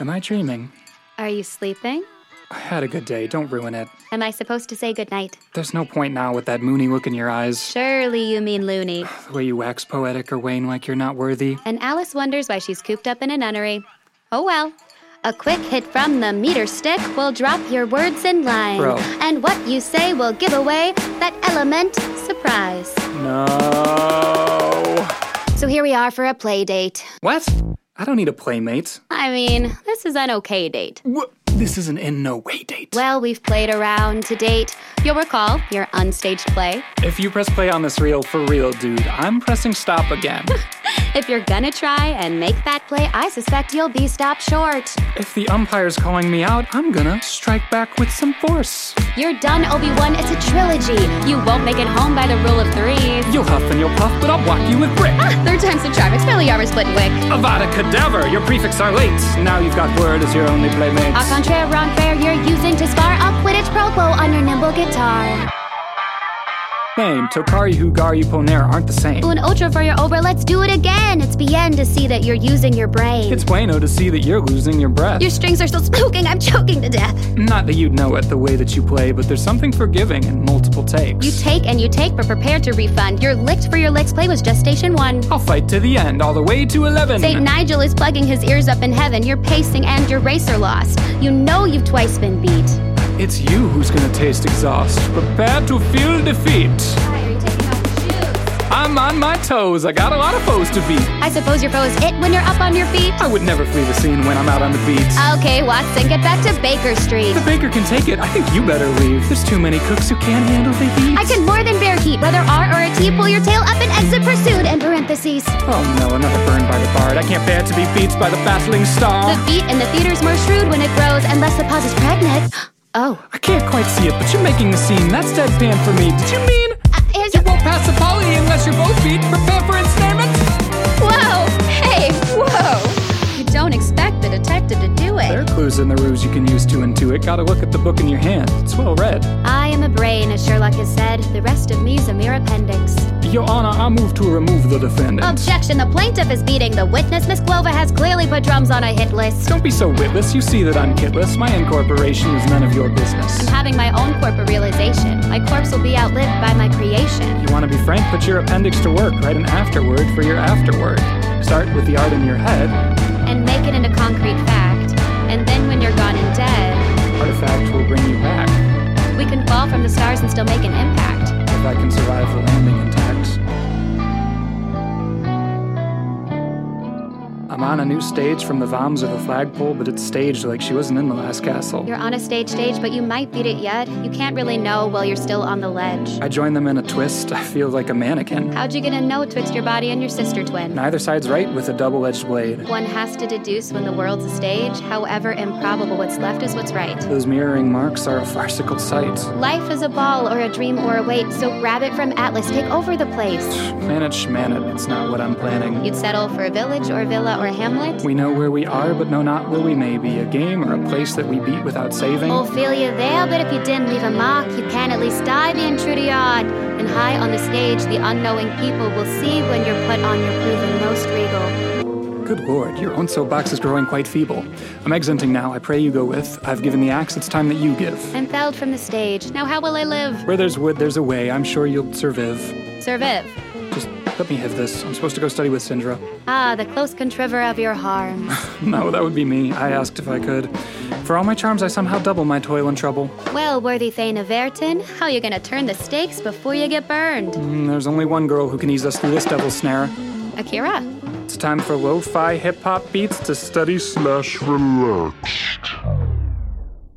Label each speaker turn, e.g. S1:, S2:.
S1: Am I dreaming?
S2: Are you sleeping?
S1: I had a good day. Don't ruin it.
S2: Am I supposed to say goodnight?
S1: There's no point now with that moony look in your eyes.
S2: Surely you mean loony.
S1: The way you wax poetic or wane like you're not worthy.
S2: And Alice wonders why she's cooped up in a nunnery. Oh well. A quick hit from the meter stick will drop your words in line.
S1: Bro.
S2: And what you say will give away that element surprise.
S1: No.
S2: So here we are for a play date.
S1: What? I don't need a playmate.
S2: I mean, this is an okay date.
S1: Wha- This is an in no way date.
S2: Well, we've played around to date. You'll recall your unstaged play.
S1: If you press play on this reel for real, dude, I'm pressing stop again.
S2: If you're gonna try and make that play, I suspect you'll be stopped short.
S1: if the umpire's calling me out, I'm gonna strike back with some force.
S2: You're done, Obi-Wan. It's a trilogy. You won't make it home by the rule of threes.
S1: You'll huff and you'll puff, but I'll block you with brick.
S2: Third time's the charm. It's Billy Armour split wick.
S1: Avada Kedavra, your prefix are late. Now you've got word as your only playmate.
S2: Au contraire, wrong fair, you're using to spar a Quidditch Pro Bowl on your nimble guitar.
S1: Name, Tokari, Hugari, Ponair aren't the same.
S2: Un ultra for your over, let's do it again. It's bien to see that you're using your brain.
S1: It's bueno to see that you're losing your breath.
S2: your strings are still smoking, I'm choking to death.
S1: Not that you'd know it the way that you play, but there's something forgiving in multiple takes.
S2: You take and you take, but prepare to refund. You're licked for your licks, play was just station one.
S1: I'll fight to the end, all the way to 11.
S2: St. Nigel is plugging his ears up in heaven. You're pacing and your racer lost. You know you've twice been beat.
S1: It's you who's gonna taste exhaust. Prepare to feel defeat. I'm on my toes, I got a lot of foes to beat.
S2: I suppose your foe is it when you're up on your feet.
S1: I would never flee the scene when I'm out on the beat.
S2: Okay, Watson, get back to Baker Street.
S1: the baker can take it, I think you better leave. There's too many cooks who can't handle the heat.
S2: I can more than bear heat, whether R or a T. Pull your tail up and exit pursued. In parentheses,
S1: Oh no, another burn by the bard. I can't bear to be beat by the battling star.
S2: the beat in the theater's more shrewd when it grows, unless the pause is pregnant. Oh,
S1: I can't quite see it, but you're making a scene. That's deadpan for me. Did you mean?
S2: uh, here's
S1: You won't pass the poly unless you're both beat. Prepare for ensnarement.
S2: whoa, hey, whoa. You don't expect the detective to do it.
S1: There are clues in the ruse you can use to intuit. Gotta look at the book in your hand. It's well read.
S2: I am a brain, as Sherlock has said. The rest of me's a mere appendix.
S1: Your Honor, I move to remove the defendant.
S2: Objection, the plaintiff is beating the witness. Miss Guelva has clearly put drums on a hit list.
S1: Don't be so witless. You see that I'm kitless. My incorporation is none of your business.
S2: Having my own corporate realization, my corpse will be outlived by my creation.
S1: You wanna be frank? Put your appendix to work. Write an afterword for your afterword. Start with the art in your head.
S2: and make it into concrete fact. And then when you're gone and dead,
S1: Artifact will bring you back.
S2: we can fall from the stars and still make an impact.
S1: If I can survive the landing intact. I'm on a new stage from the Voms or the flagpole, but it's staged like she wasn't in the last castle.
S2: You're on a stage stage, but you might beat it yet. You can't really know while you're still on the ledge.
S1: I join them in a twist. I feel like a mannequin.
S2: How'd you gonna know twixt your body and your sister twin?
S1: Neither side's right with a double edged blade.
S2: One has to deduce when the world's a stage, however improbable what's left is what's right.
S1: Those mirroring marks are a farcical sight.
S2: Life is a ball or a dream or a weight, so rabbit from Atlas, take over the place.
S1: Manage, man it. It's not what I'm planning.
S2: You'd settle for a village or villa or hamlet?
S1: We know where we are, but know not where we may be. A game or a place that we beat without saving.
S2: We'll feel you there, but if you didn't leave a mark, you can at least die being true to your art. And high on the stage, the unknowing people will see when you're put on your proven most regal.
S1: Good lord, your own soapbox is growing quite feeble. I'm exiting now. I pray you go with. I've given the axe. It's time that you give.
S2: I'm felled from the stage. Now how will I live?
S1: Where there's wood, there's a way. I'm sure you'll survive.
S2: Survive.
S1: Just let me have this. I'm supposed to go study with Sindra.
S2: Ah, the close contriver of your harms.
S1: No, that would be me. I asked if I could. For all my charms, I somehow double my toil and trouble.
S2: well, worthy Thane of Ayrton, how you gonna turn the stakes before you get burned?
S1: And Mm, there's only one girl who can ease us through this devil's snare.
S2: Akira.
S1: It's time for lo-fi hip-hop beats to study slash
S3: relaxed.